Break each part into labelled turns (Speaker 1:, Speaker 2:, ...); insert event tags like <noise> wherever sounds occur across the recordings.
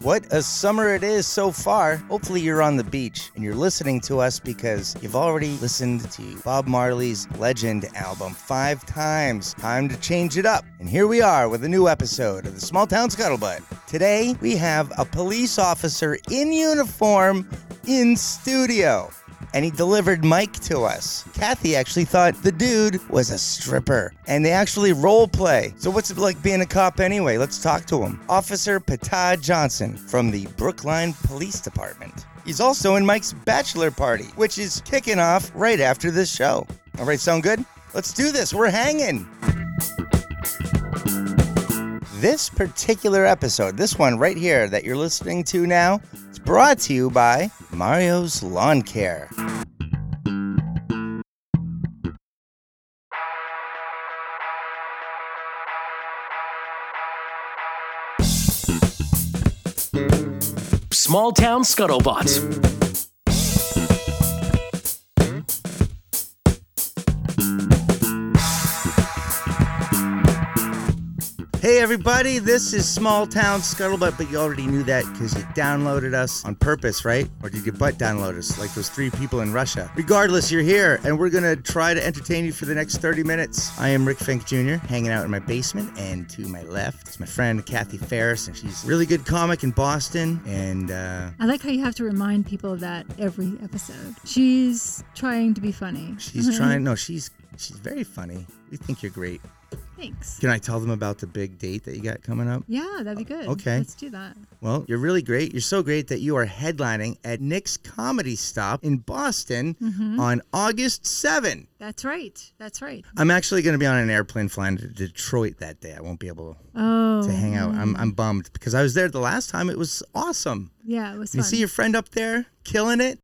Speaker 1: What a summer it is so far. Hopefully, you're on the beach and you're listening to us because you've already listened to Bob Marley's Legend album five times. Time to change it up. And here we are with a new episode of the Small Town Scuttlebutt. Today, we have a police officer in uniform in studio and he delivered Mike to us. Kathy actually thought the dude was a stripper, and they actually role play. So what's it like being a cop anyway? Let's talk to him. Officer Patah Johnson from the Brookline Police Department. He's also in Mike's bachelor party, which is kicking off right after this show. All right, sound good? Let's do this. We're hanging. This particular episode, this one right here that you're listening to now, is brought to you by Mario's Lawn Care.
Speaker 2: Small Town Scuttlebutt.
Speaker 1: Hey everybody, this is Small Town Scuttlebutt, but you already knew that because you downloaded us on purpose, right? Or did your butt download us like those three people in Russia? Regardless, you're here and we're gonna try to entertain you for the next 30 minutes. I am Rick Fink Jr., hanging out in my basement, and to my left is my friend Kathy Ferris, and she's a really good comic in Boston. And uh,
Speaker 3: I like how you have to remind people of that every episode. She's trying to be funny.
Speaker 1: she's trying no, she's she's very funny. We think you're great.
Speaker 3: Thanks.
Speaker 1: Can I tell them about the big date that you got coming up?
Speaker 3: Yeah, that'd
Speaker 4: Uh,
Speaker 3: be good.
Speaker 1: okay.
Speaker 3: Let's do that.
Speaker 1: Well, you're really great. You're so great that you are headlining at Nick's Comedy Stop in Boston on August 7.
Speaker 3: That's right. That's right.
Speaker 1: I'm actually going to be on an airplane flying to Detroit that day. I won't be able
Speaker 3: Oh.
Speaker 1: to hang out. I'm, I'm bummed because I was there the last time. It was awesome.
Speaker 3: Yeah, it was
Speaker 1: You
Speaker 3: fun.
Speaker 1: see your friend up there killing it.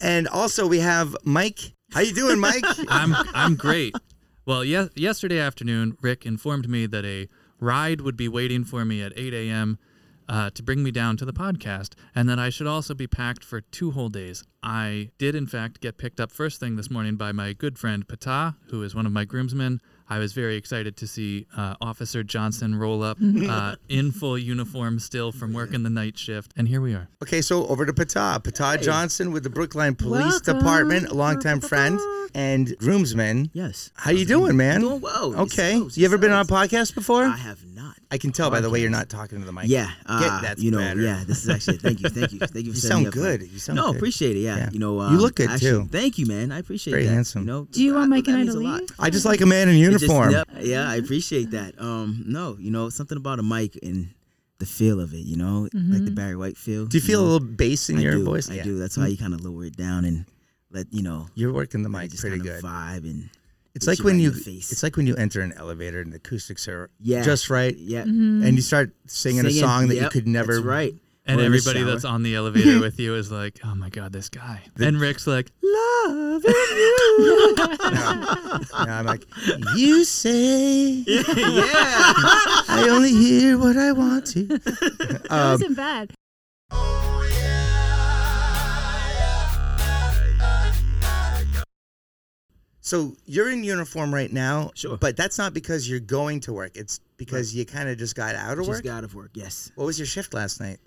Speaker 1: And also we have Mike. How you doing, Mike?
Speaker 5: I'm I'm great. Well, ye- yesterday afternoon, Rick informed me that a ride would be waiting for me at 8 a.m. Uh, to bring me down to the podcast, and that I should also be packed for two whole days. I did, in fact, get picked up first thing this morning by my good friend Pata, who is one of my groomsmen. I was very excited to see uh, Officer Johnson roll up uh, in full uniform still from working the night shift, and here we are.
Speaker 1: Okay, so over to Patah. Patah Johnson with the Brookline Police
Speaker 3: Welcome.
Speaker 1: Department, a longtime friend and groomsman.
Speaker 4: Yes.
Speaker 1: How you doing, man?
Speaker 4: Doing well.
Speaker 1: Okay.
Speaker 4: Yourselves,
Speaker 1: you ever been on a
Speaker 4: yourselves.
Speaker 1: podcast before?
Speaker 4: I have not.
Speaker 1: I can tell by the way you're not talking to the mic.
Speaker 4: Yeah. Uh,
Speaker 1: that's
Speaker 4: you know,
Speaker 1: better.
Speaker 4: yeah, this is actually thank
Speaker 1: <laughs>
Speaker 4: you, thank you. Thank you
Speaker 1: You
Speaker 4: for setting
Speaker 1: sound
Speaker 4: me up for that.
Speaker 1: good. You sound
Speaker 4: No,
Speaker 1: good.
Speaker 4: appreciate it. Yeah.
Speaker 1: Yeah.
Speaker 4: You know, uh,
Speaker 1: You look good,
Speaker 4: actually,
Speaker 1: too.
Speaker 4: Thank you, man. I appreciate
Speaker 1: Very
Speaker 4: that.
Speaker 1: handsome.
Speaker 4: You know,
Speaker 3: Do you want
Speaker 4: I-
Speaker 3: Mike
Speaker 4: that
Speaker 3: and I
Speaker 4: means
Speaker 3: to
Speaker 4: a lot.
Speaker 3: leave?
Speaker 1: I just like a man in
Speaker 4: It just-
Speaker 1: uniform.
Speaker 4: yep, yeah, I appreciate that. Um, no, you know, something about a mic and the feel of it, you know, like the
Speaker 3: Mm-hmm.
Speaker 4: Barry White feel.
Speaker 1: Do you feel a
Speaker 4: know?
Speaker 1: little bass in
Speaker 4: I
Speaker 1: your
Speaker 4: do,
Speaker 1: voice?
Speaker 4: I
Speaker 1: Yeah. Mm-hmm.
Speaker 4: do. That's why you kind of lower it down and let, you know,
Speaker 1: You're working the
Speaker 4: I
Speaker 1: mic
Speaker 4: just
Speaker 1: pretty
Speaker 4: kinda
Speaker 1: good.
Speaker 4: vibe and
Speaker 1: It's
Speaker 4: hit
Speaker 1: like
Speaker 4: you
Speaker 1: when
Speaker 4: right in
Speaker 1: you
Speaker 4: the face.
Speaker 1: it's like when you enter an elevator and the acoustics are
Speaker 4: Yeah.
Speaker 1: just right
Speaker 4: yeah.
Speaker 3: Mm-hmm.
Speaker 1: and you start singing, a song that you
Speaker 4: yep,
Speaker 1: could never
Speaker 4: That's right.
Speaker 5: And
Speaker 4: Or in the
Speaker 5: everybody
Speaker 1: <laughs>
Speaker 5: that's
Speaker 4: shower.
Speaker 5: on the elevator with you is like, oh my God, this guy. and Rick's like,
Speaker 4: <laughs> Love you. <laughs>
Speaker 1: You know, I'm like, you say
Speaker 4: <laughs> yeah.
Speaker 1: I only hear what I want to.
Speaker 4: <laughs> uh,
Speaker 1: Um,
Speaker 3: that wasn't bad.
Speaker 1: So you're in uniform right now,
Speaker 4: Sure.
Speaker 1: but that's not because you're going to work. It's because you kind of just got out of work.
Speaker 4: Just got out of work. Yes.
Speaker 1: what was your shift last night?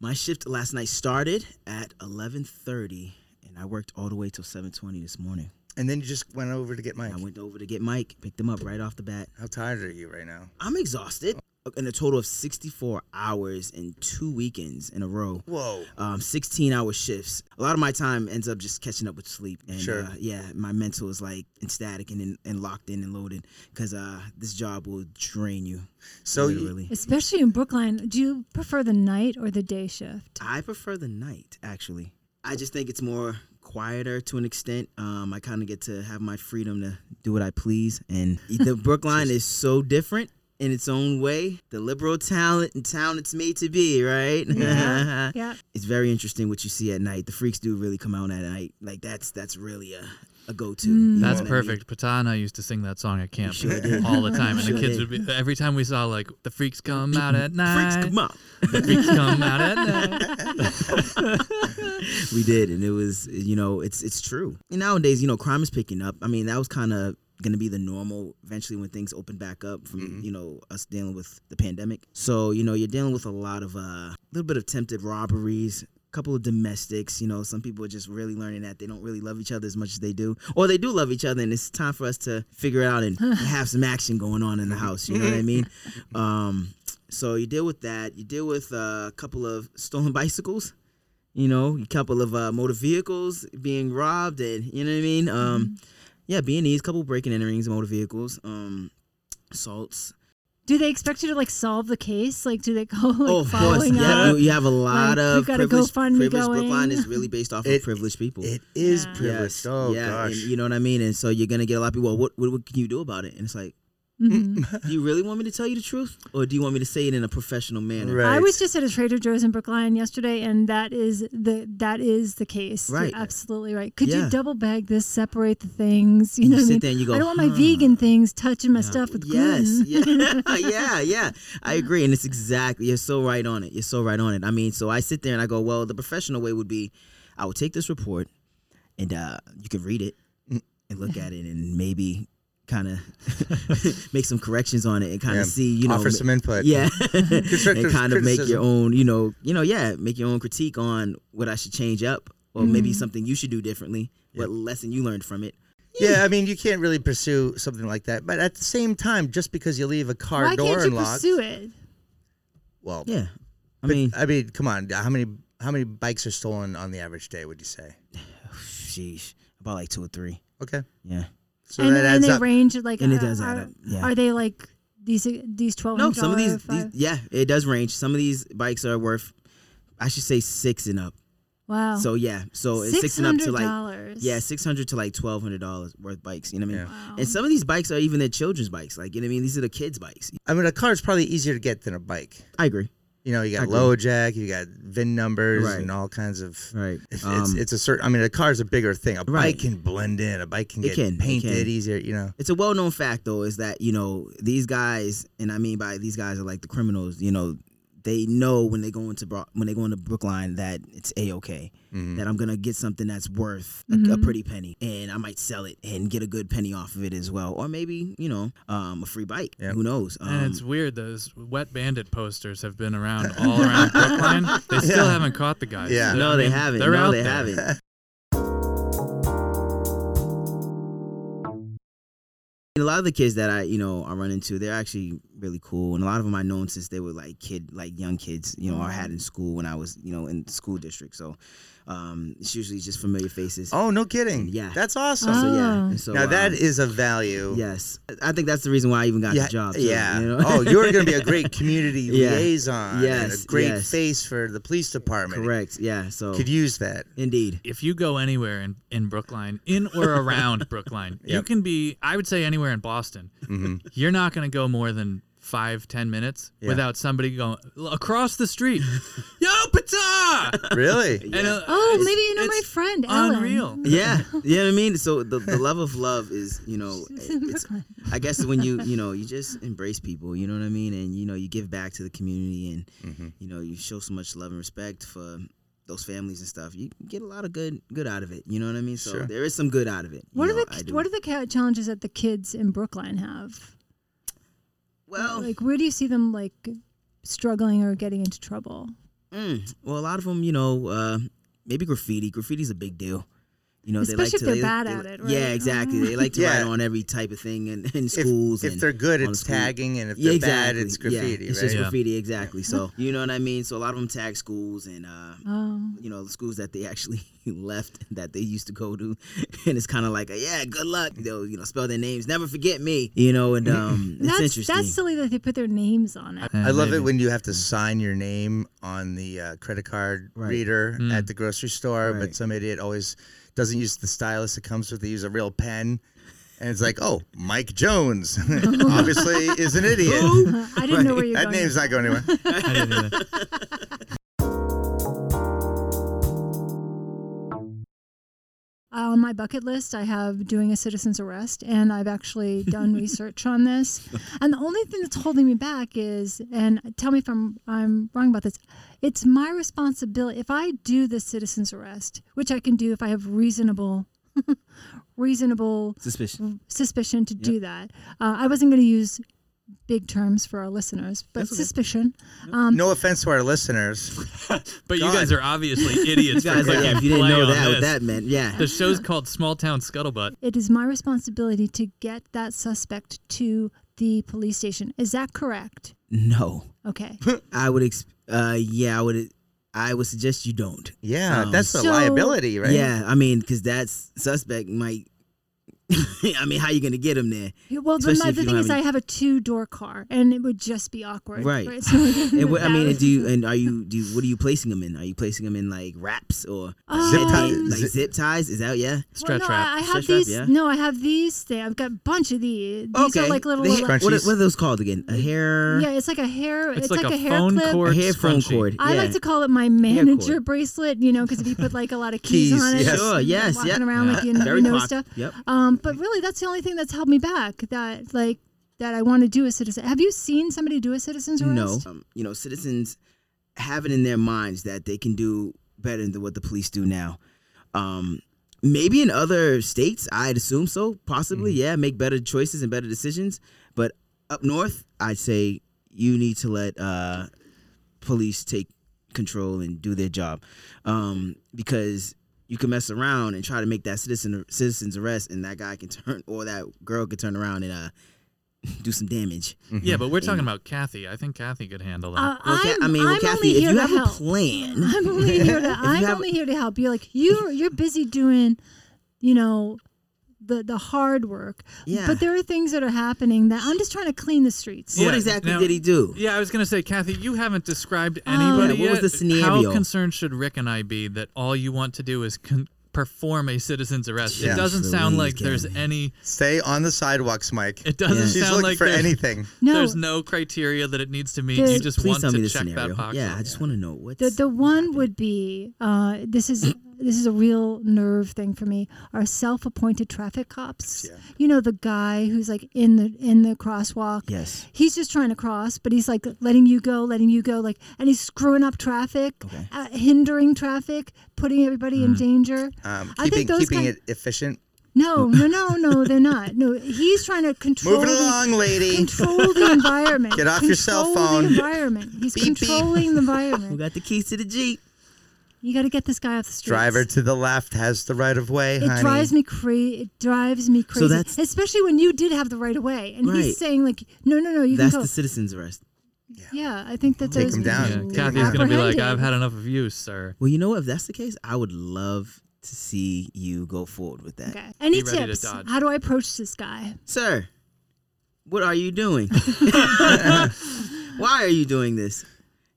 Speaker 4: My shift last night started at 11:30, and I worked all the way till 7:20 this morning.
Speaker 1: And then you just went over to get Mike.
Speaker 4: I went over to get Mike, picked him up right off the bat.
Speaker 1: How tired are you right now?
Speaker 4: I'm exhausted.
Speaker 1: Oh.
Speaker 4: In a total of 64 hours and two weekends in a row.
Speaker 1: Whoa.
Speaker 4: Um, 16 hour shifts. A lot of my time ends up just catching up with sleep. And
Speaker 1: Sure.
Speaker 4: uh, yeah, my mental is like in static and, in, and locked in and loaded because uh, this job will drain you.
Speaker 1: So you-
Speaker 4: literally.
Speaker 3: Especially in Brookline. Do you prefer the night or the day shift?
Speaker 4: I prefer the night, actually. I just think it's more quieter to an extent. Um, I kind of get to have my freedom to do what I please, and the Brookline is so different in its own way. The liberal talent and town it's made to be, right? Uh,
Speaker 3: Yeah. Yeah.
Speaker 4: <laughs> it's very interesting what you see at night. The freaks do really come out at night. Like that's that's really a, a go-to. you know
Speaker 5: That's
Speaker 4: what I mean?
Speaker 5: perfect. Patana used to sing that song at camp
Speaker 4: sure did.
Speaker 5: all the time, and
Speaker 4: You
Speaker 5: the
Speaker 4: sure
Speaker 5: kids
Speaker 4: did.
Speaker 5: would be every time we saw like the freaks come out at night.
Speaker 4: <laughs> Freaks come out.
Speaker 5: The freaks come out at night.
Speaker 4: <laughs> we did and it was you know it's it's true and nowadays you know crime is picking up i mean that was kind of going to be the normal eventually when things open back up from you know us dealing with the pandemic. So you know you're dealing with a lot of a uh, little bit of attempted robberies, a couple of domestics. You know some people are just really learning that they don't really love each other as much as they do, or they do love each other, and it's time for us to figure it out and have some action going on in the house. You know what I mean? Um, so you deal with that. You deal with uh, a couple of stolen <laughs> bicycles you know, a couple of uh, motor vehicles being robbed, and you know what I mean.
Speaker 3: Mm-hmm.
Speaker 4: Um, yeah, B and E's, couple breaking enterings, motor vehicles, um, assaults.
Speaker 3: Do they expect you to like solve the case? Like, do they go like
Speaker 4: oh, of course,
Speaker 3: following
Speaker 4: yeah,
Speaker 3: up?
Speaker 4: you, you have a lot
Speaker 3: Like,
Speaker 4: of
Speaker 3: we've got a
Speaker 4: privileged.
Speaker 3: GoFundMe
Speaker 4: privileged
Speaker 3: going.
Speaker 4: Brookline is really based off
Speaker 1: It-
Speaker 4: of privileged people.
Speaker 1: It is
Speaker 3: Yeah.
Speaker 1: privileged. Oh
Speaker 4: yeah,
Speaker 1: gosh.
Speaker 4: and you know what I mean. And so you're gonna get a lot of people. Well, what, what what can you do about it? And it's like,
Speaker 3: Mhm.
Speaker 4: do you really want me to tell you the truth, or do you want me to say it in a professional manner?
Speaker 1: Right.
Speaker 3: I was just at a Trader Joe's in Brookline yesterday, and that is the that is the case.
Speaker 4: Right.
Speaker 3: You're absolutely right. Could
Speaker 4: Yeah.
Speaker 3: you double bag this, separate the things? You,
Speaker 4: You
Speaker 3: know, what I
Speaker 4: sit
Speaker 3: mean?
Speaker 4: there and you go,
Speaker 3: I don't want
Speaker 4: huh.
Speaker 3: my vegan things touching my stuff with
Speaker 4: yes
Speaker 3: gluten.
Speaker 4: yeah <laughs> yeah yeah i agree and it's exactly you're so right on it you're so right on it i mean so i sit there and i go well the professional way would be i would take this report and uh, you could read it
Speaker 1: Mm.
Speaker 4: and look at it and maybe kind of <laughs> make some corrections on it and kind
Speaker 1: Yeah.
Speaker 4: of see you know
Speaker 1: offer
Speaker 4: ma-
Speaker 1: some input.
Speaker 4: yeah
Speaker 1: Constructive
Speaker 4: and kind of make
Speaker 1: criticism.
Speaker 4: your own you know you know yeah make your own critique on what i should change up or maybe something you should do differently what lesson you learned from it
Speaker 1: <laughs> Yeah, I mean, you can't really pursue something like that. But at the same time, just because you leave a car
Speaker 3: <laughs> Why
Speaker 1: door
Speaker 3: can't you
Speaker 1: unlocked,
Speaker 3: pursue it?
Speaker 1: well,
Speaker 4: yeah i
Speaker 1: but-
Speaker 4: mean
Speaker 1: I mean, come on, how many how many bikes are stolen on the average day? Would you say?
Speaker 4: sheesh about like two or three
Speaker 1: Okay,
Speaker 4: yeah
Speaker 1: so
Speaker 3: and,
Speaker 1: that
Speaker 3: and
Speaker 1: adds
Speaker 3: they
Speaker 1: up.
Speaker 3: range at, like
Speaker 4: And it
Speaker 3: uh,
Speaker 4: does add
Speaker 3: are,
Speaker 4: up, yeah.
Speaker 3: are they like these these twelve?
Speaker 4: No, some of these,
Speaker 3: five?
Speaker 4: these, yeah, it does range. Some of these bikes are worth, I should say, six and up.
Speaker 1: Oh.
Speaker 3: wow.
Speaker 4: So yeah, so it's six and up to like,
Speaker 3: $600.
Speaker 4: yeah, six hundred to like twelve hundred dollars worth bikes. You know what I mean?
Speaker 3: Wow.
Speaker 4: And some of these bikes are even their children's bikes. Like you know what I mean? These are the kids' bikes.
Speaker 1: I mean, a car is probably easier to get than a bike.
Speaker 4: I agree.
Speaker 1: You know, you got
Speaker 4: Agree.
Speaker 1: low jack, you got VIN numbers,
Speaker 4: Right.
Speaker 1: and all kinds of.
Speaker 4: Right.
Speaker 1: It's, it's,
Speaker 4: Um,
Speaker 1: it's a certain. I mean, a car is a bigger thing. A bike
Speaker 4: Right.
Speaker 1: can blend in. A bike can get
Speaker 4: It can, it
Speaker 1: painted
Speaker 4: can.
Speaker 1: easier. You know.
Speaker 4: it's a well known fact though is that you know these guys, and I mean by these guys are like the criminals. You know, they know when they go into Bro- when they go into Brookline that it's a okay.
Speaker 1: Mm-hmm.
Speaker 4: That I'm gonna get something that's worth a, a pretty penny, and I might sell it and get a good penny off of it as well, or maybe you know um, a free bike.
Speaker 1: Yeah.
Speaker 4: Who knows? Um,
Speaker 5: and it's weird. Those wet bandit posters have been
Speaker 4: <laughs>
Speaker 5: around all around Brookline. They still
Speaker 1: Yeah.
Speaker 5: haven't caught the guys.
Speaker 1: Yeah.
Speaker 4: no,
Speaker 5: I
Speaker 4: they
Speaker 5: mean,
Speaker 4: haven't.
Speaker 5: They're
Speaker 4: No,
Speaker 5: out
Speaker 4: they
Speaker 5: there.
Speaker 4: haven't.
Speaker 5: <laughs>
Speaker 4: And a lot of the kids that I, you know, I run into, they're actually really cool, and a lot of them I known since they were like kid, like young kids, you know, I had in school when I was, you know, in the school district. So, um, it's usually just familiar faces.
Speaker 1: Oh no, kidding.
Speaker 4: Yeah.
Speaker 1: That's awesome.
Speaker 4: So
Speaker 3: Oh.
Speaker 4: yeah, and so
Speaker 1: now that
Speaker 4: um,
Speaker 1: is a value.
Speaker 4: yes, I think that's the reason why I even got
Speaker 1: yeah,
Speaker 4: the job. too,
Speaker 1: yeah.
Speaker 4: you know?
Speaker 1: oh, you're going to
Speaker 4: <laughs>
Speaker 1: be a great community
Speaker 4: Yeah.
Speaker 1: liaison. and
Speaker 4: Yes,
Speaker 1: a great
Speaker 4: yes.
Speaker 1: face for the police department.
Speaker 4: correct. Yeah. So
Speaker 1: Could use that.
Speaker 4: indeed.
Speaker 5: if you go anywhere in, in Brookline, in or
Speaker 4: <laughs>
Speaker 5: around Brookline, you
Speaker 1: Yep.
Speaker 5: can be, I would say anywhere in Boston,
Speaker 1: Mm-hmm.
Speaker 5: you're not going to go more than five, ten minutes without somebody going across the street, yo,
Speaker 4: <laughs>
Speaker 5: pata!
Speaker 1: Really?
Speaker 5: And, uh,
Speaker 3: oh,
Speaker 5: it's-
Speaker 3: maybe you know my
Speaker 5: it's
Speaker 3: friend Ellen.
Speaker 5: Unreal.
Speaker 4: Yeah, you know what I mean. So the, the love of love is, you know,
Speaker 3: <laughs> She's in
Speaker 4: it's,
Speaker 3: Brooklyn.
Speaker 4: I guess when you you know you just embrace people, you know what I mean, and you know you give back to the community, and you know you show so much love and respect for those families and stuff. You get a lot of good good out of it. You know what I mean. So
Speaker 1: Sure.
Speaker 4: there is some good out of it. you
Speaker 3: What
Speaker 4: know,
Speaker 3: are
Speaker 4: I
Speaker 3: the
Speaker 4: do.
Speaker 3: what are the ca- challenges that the kids in Brookline have?
Speaker 4: well
Speaker 3: like where do you see them like struggling or getting into trouble?
Speaker 4: mm, well a lot of them you know uh, maybe graffiti. Graffiti's a big deal. You know, they like
Speaker 3: Especially
Speaker 4: to,
Speaker 3: if they're
Speaker 4: they-
Speaker 3: bad
Speaker 4: they-
Speaker 3: at it,
Speaker 4: Yeah,
Speaker 3: right?
Speaker 4: exactly. They like
Speaker 1: <laughs>
Speaker 4: to
Speaker 1: Yeah.
Speaker 4: write on every type of thing in, in
Speaker 1: If,
Speaker 4: schools.
Speaker 1: if
Speaker 4: and,
Speaker 1: they're good,
Speaker 4: on
Speaker 1: it's
Speaker 4: school.
Speaker 1: tagging, and if
Speaker 4: Yeah,
Speaker 1: they're
Speaker 4: exactly.
Speaker 1: bad, it's
Speaker 4: Yeah,
Speaker 1: graffiti,
Speaker 4: it's
Speaker 1: right?
Speaker 4: just
Speaker 5: Yeah.
Speaker 4: graffiti, exactly.
Speaker 1: <laughs>
Speaker 4: So you know what I mean. So a lot of them tag schools and uh,
Speaker 3: Oh,
Speaker 4: you know the schools that they <laughs> actually left that they used to go to, and it's kind of like, yeah, good luck. They'll you know spell their names, never forget me. You
Speaker 3: <laughs>
Speaker 4: know, and um, it's
Speaker 3: that's
Speaker 4: interesting.
Speaker 3: that's silly that they put their names on
Speaker 5: <laughs>
Speaker 3: it. <laughs>
Speaker 1: I love
Speaker 5: maybe. Mm.
Speaker 1: it when you have to sign your name on the uh, credit card
Speaker 4: Right.
Speaker 1: reader
Speaker 5: Mm.
Speaker 1: at the grocery store, but
Speaker 4: Right.
Speaker 1: some idiot always doesn't use the stylus it comes with. They use a real pen. And it's like, oh, Mike Jones <laughs> obviously is an idiot.
Speaker 3: I didn't know where you were
Speaker 1: That
Speaker 3: going.
Speaker 1: name's
Speaker 3: with
Speaker 1: not going anywhere.
Speaker 5: I didn't either.
Speaker 3: On my bucket list, I have doing a citizen's arrest, and I've actually done research on this. And the only thing that's holding me back is, and tell me if I'm I'm wrong about this, it's my responsibility if I do the citizen's arrest, which I can do if I have reasonable <laughs> reasonable
Speaker 4: Suspicion.
Speaker 3: suspicion to do that. Uh, I wasn't going to use big terms for our listeners, but suspicion. Um,
Speaker 1: No offense to our listeners.
Speaker 5: But you guys are
Speaker 4: <laughs>
Speaker 5: obviously idiots.
Speaker 4: You guys,
Speaker 5: for
Speaker 4: like,
Speaker 5: clicking
Speaker 4: yeah, if you didn't
Speaker 5: play
Speaker 4: know
Speaker 5: on
Speaker 4: that, what
Speaker 5: this.
Speaker 4: that
Speaker 1: <laughs>
Speaker 4: meant, yeah.
Speaker 5: The show's called Small Town Scuttlebutt.
Speaker 3: it is my responsibility to get that suspect to the police station. Is that correct?
Speaker 4: No,
Speaker 3: Okay.
Speaker 4: I would. Exp- uh, yeah, I would. I would suggest you don't.
Speaker 1: Yeah,
Speaker 4: Um,
Speaker 1: that's a
Speaker 3: So-
Speaker 1: liability, right?
Speaker 4: Yeah, I mean, because that's suspect might. <laughs> I mean, how you gonna get him there?
Speaker 3: Yeah, Well, the,
Speaker 4: <laughs> Especially
Speaker 3: my,
Speaker 4: if
Speaker 3: the
Speaker 4: you
Speaker 3: thing
Speaker 4: don't
Speaker 3: is,
Speaker 4: have
Speaker 3: I have a two-door car, and it would just be awkward.
Speaker 4: Right.
Speaker 3: <laughs> So
Speaker 4: And what, I mean,
Speaker 3: Hmm, that
Speaker 4: do you, and are you do? You, what are you placing him in? Are you placing him in like wraps or zip
Speaker 3: Um,
Speaker 4: ties? Like zip ties? Is that yeah?
Speaker 5: Stretch
Speaker 3: well, no,
Speaker 5: wrap.
Speaker 3: I, I have
Speaker 4: Stretch wrap,
Speaker 3: these.
Speaker 4: yeah.
Speaker 3: No, I have these. Thing. I've got a bunch of these. These are like little.
Speaker 4: The hair-
Speaker 3: little-
Speaker 1: Scrunchies.
Speaker 4: what, are, what are those called again? A hair.
Speaker 3: yeah, it's like a hair.
Speaker 5: It's
Speaker 3: It's,
Speaker 5: like a
Speaker 3: hair
Speaker 5: phone
Speaker 3: clip.
Speaker 5: cord.
Speaker 4: A hair phone
Speaker 5: Scrunchie.
Speaker 4: cord.
Speaker 3: I
Speaker 4: yeah.
Speaker 3: like to call it my
Speaker 4: cord.
Speaker 3: manager bracelet, you know, because if you put like a lot of keys,
Speaker 1: Keys,
Speaker 3: on it,
Speaker 1: yes.
Speaker 4: Sure.
Speaker 3: you're
Speaker 4: Yes.
Speaker 3: walking
Speaker 4: yeah.
Speaker 3: around like you
Speaker 4: Yeah.
Speaker 3: know,
Speaker 4: Very
Speaker 3: you know
Speaker 4: pop-
Speaker 3: stuff.
Speaker 4: Yep.
Speaker 3: Um, but really, that's the only thing that's held me back. That like that I want to do a citizen. Have you seen somebody do a citizen's
Speaker 4: No.
Speaker 3: arrest? Uh,
Speaker 4: Um, you know, citizens have it in their minds that they can do better than what the police do now. Um, maybe in other states, I'd assume so. Possibly, yeah, make better choices and better decisions. But up north, I'd say you need to let uh, police take control and do their job um, because you can mess around and try to make that citizen citizens arrest, and that guy can <laughs> turn or that girl can turn around and uh, do some damage.
Speaker 5: <laughs> Yeah, but we're talking
Speaker 4: Mm-hmm.
Speaker 5: about Kathy. I think Kathy could handle that.
Speaker 3: Uh,
Speaker 4: Well, Ca-
Speaker 3: I'm,
Speaker 4: I mean, well,
Speaker 3: I'm
Speaker 4: Kathy,
Speaker 3: only
Speaker 4: if
Speaker 3: here
Speaker 4: you
Speaker 3: to
Speaker 4: have
Speaker 3: help.
Speaker 4: a plan,
Speaker 3: <laughs> I'm only here
Speaker 4: <laughs>
Speaker 3: to. I'm
Speaker 4: have-
Speaker 3: only here to help. You're like you're you're busy doing, you know, the the hard work.
Speaker 4: Yeah.
Speaker 3: But there are things that are happening that I'm just trying to clean the streets.
Speaker 5: Yeah.
Speaker 4: what exactly
Speaker 5: now-
Speaker 4: did he do?
Speaker 5: yeah, I was gonna say, Kathy, you haven't described
Speaker 3: Oh.
Speaker 5: anybody
Speaker 4: Yeah, what was
Speaker 5: yet.
Speaker 4: the
Speaker 5: How
Speaker 4: scenario?
Speaker 5: concerned should Rick and I be that all you want to do is con- perform a citizen's arrest?
Speaker 1: Yeah.
Speaker 5: It doesn't sound like
Speaker 4: Louise,
Speaker 5: there's
Speaker 4: Kathy.
Speaker 5: any.
Speaker 1: Stay on the sidewalks, Mike.
Speaker 5: It doesn't
Speaker 4: Yeah.
Speaker 1: She's
Speaker 5: sound
Speaker 1: looking
Speaker 5: like
Speaker 1: for
Speaker 5: there's,
Speaker 1: anything.
Speaker 3: No,
Speaker 5: there's no criteria that it needs to meet.
Speaker 3: There-
Speaker 5: you just
Speaker 4: Please
Speaker 5: want
Speaker 4: tell
Speaker 5: to
Speaker 4: me the
Speaker 5: check
Speaker 4: scenario.
Speaker 5: that box.
Speaker 4: yeah,
Speaker 5: off.
Speaker 4: I just want to know what's
Speaker 3: The the one would be uh, this is <clears throat> this is a real nerve thing for me. Are self appointed traffic cops.
Speaker 1: Yeah.
Speaker 3: You know the guy who's like in the in the crosswalk.
Speaker 4: Yes.
Speaker 3: He's just trying to cross, but he's like letting you go, letting you go, like, and he's screwing up traffic, uh, hindering traffic, putting everybody in danger.
Speaker 1: Um,
Speaker 3: I
Speaker 1: keeping
Speaker 3: think those
Speaker 1: keeping
Speaker 3: kind-
Speaker 1: it efficient. <laughs>
Speaker 3: No, no, no, no, they're not. No, he's trying to control.
Speaker 1: Move it
Speaker 3: the-
Speaker 1: along, lady.
Speaker 3: Control
Speaker 1: <laughs>
Speaker 3: the environment.
Speaker 1: Get off your cell
Speaker 3: Control
Speaker 1: phone.
Speaker 3: The environment. He's
Speaker 1: beep.
Speaker 3: controlling the
Speaker 4: who
Speaker 3: environment.
Speaker 4: got the keys to the jeep.
Speaker 3: You got to get this guy off the street.
Speaker 1: Driver to the left has the right of way,
Speaker 3: It
Speaker 1: honey.
Speaker 3: drives me crazy. It drives me crazy.
Speaker 4: that's-
Speaker 3: Especially when you did have the right of way, and
Speaker 4: Right.
Speaker 3: he's saying like, "No, no, no, <laughs> you
Speaker 4: That's
Speaker 3: can go."
Speaker 4: the citizen's arrest.
Speaker 3: yeah, I think that
Speaker 1: Take
Speaker 3: those
Speaker 1: him down.
Speaker 5: Yeah,
Speaker 1: Ooh.
Speaker 5: Kathy's gonna be like,
Speaker 3: Apprehended.
Speaker 5: "I've had enough of you, sir."
Speaker 4: Well, you know what? If that's the case, I would love to see you go forward with that,
Speaker 3: Okay. Any
Speaker 5: ready to
Speaker 3: tips?
Speaker 5: dodge.
Speaker 3: How do I approach this guy?
Speaker 4: sir. What are you
Speaker 3: <laughs>
Speaker 4: doing? <laughs> Why are you doing this?